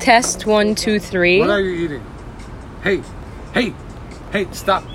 Test one, two, three. What are you eating? Hey, hey, hey, stop.